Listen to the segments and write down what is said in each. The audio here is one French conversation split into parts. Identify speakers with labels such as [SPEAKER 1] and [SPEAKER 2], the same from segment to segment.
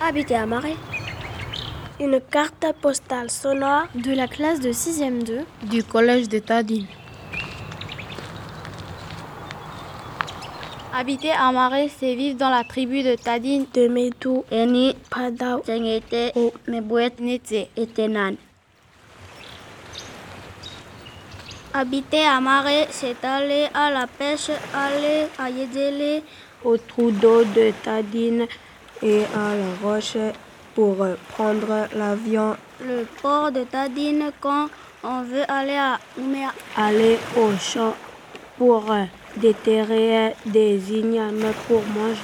[SPEAKER 1] habité à Marais. Une carte postale sonore
[SPEAKER 2] de la classe de 6e 2
[SPEAKER 3] du collège de Tadine.
[SPEAKER 4] Habiter à Marais, c'est vivre dans la tribu de Tadine,
[SPEAKER 1] de Medou,
[SPEAKER 5] Eni,
[SPEAKER 1] Padao,
[SPEAKER 5] Tengete, O, Mebouet,
[SPEAKER 4] Nete.
[SPEAKER 5] et Tenan.
[SPEAKER 6] Habiter à Marais, c'est aller à la pêche, aller à Yedele,
[SPEAKER 7] au trou d'eau de Tadine et à la roche pour prendre l'avion.
[SPEAKER 6] Le port de Tadine quand on veut aller à Ouméa.
[SPEAKER 7] Aller au champ pour déterrer des ignames pour manger.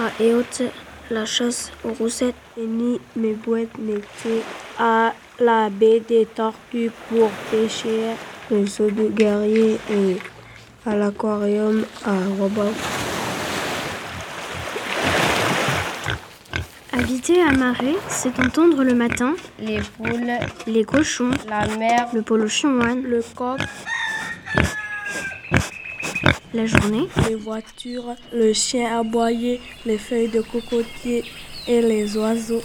[SPEAKER 1] À Eot, la chasse aux roussettes.
[SPEAKER 7] Et ni mes boîtes n'étaient à la baie des tortues pour pêcher le saut de guerrier et à l'aquarium à Robin.
[SPEAKER 2] Habiter à Marais, c'est entendre le matin
[SPEAKER 8] les poules,
[SPEAKER 2] les cochons,
[SPEAKER 8] la mer,
[SPEAKER 2] le polo chinois,
[SPEAKER 7] le coq,
[SPEAKER 2] la journée,
[SPEAKER 7] les voitures, le chien aboyé, les feuilles de cocotier et les oiseaux.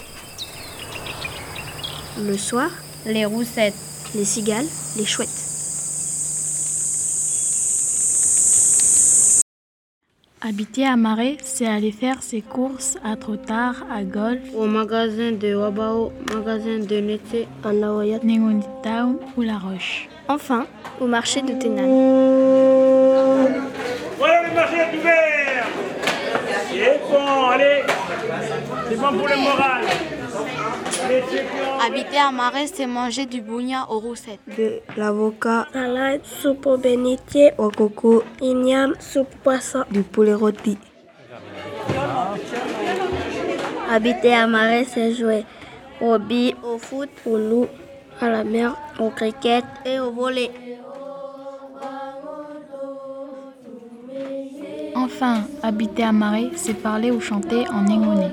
[SPEAKER 2] Le soir,
[SPEAKER 8] les roussettes,
[SPEAKER 2] les cigales, les chouettes.
[SPEAKER 3] Habiter à Marais, c'est aller faire ses courses à Trotard, à Golf,
[SPEAKER 5] au magasin de Wabao, magasin de Nete,
[SPEAKER 7] à Nawayat,
[SPEAKER 3] Nengonditown ou La Roche.
[SPEAKER 2] Enfin, au marché de Ténan.
[SPEAKER 9] Voilà le marché est ouvert C'est bon, allez C'est bon pour le moral
[SPEAKER 4] Habiter à Marais, c'est manger du bougna aux roussettes.
[SPEAKER 7] De l'avocat,
[SPEAKER 1] salade, soupe au bénitier,
[SPEAKER 7] au coco,
[SPEAKER 1] igname, soupe poisson,
[SPEAKER 7] du poulet rôti.
[SPEAKER 5] Habiter à Marais, c'est jouer au billes,
[SPEAKER 6] au foot,
[SPEAKER 5] au loup, à la mer, au cricket
[SPEAKER 6] et au volet.
[SPEAKER 3] Enfin, habiter à Marais, c'est parler ou chanter en engoné.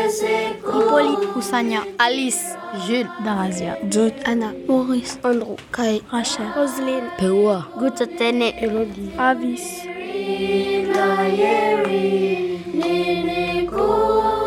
[SPEAKER 4] Hippolyte, Koussania, Alice,
[SPEAKER 3] Jules, Darazia,
[SPEAKER 7] Jude,
[SPEAKER 1] Anna, Maurice,
[SPEAKER 5] Andrew, Kai,
[SPEAKER 1] Rachel, Roselyne,
[SPEAKER 5] Pewa, Goutatene,
[SPEAKER 7] Elodie,
[SPEAKER 1] Avis.
[SPEAKER 10] Nene ko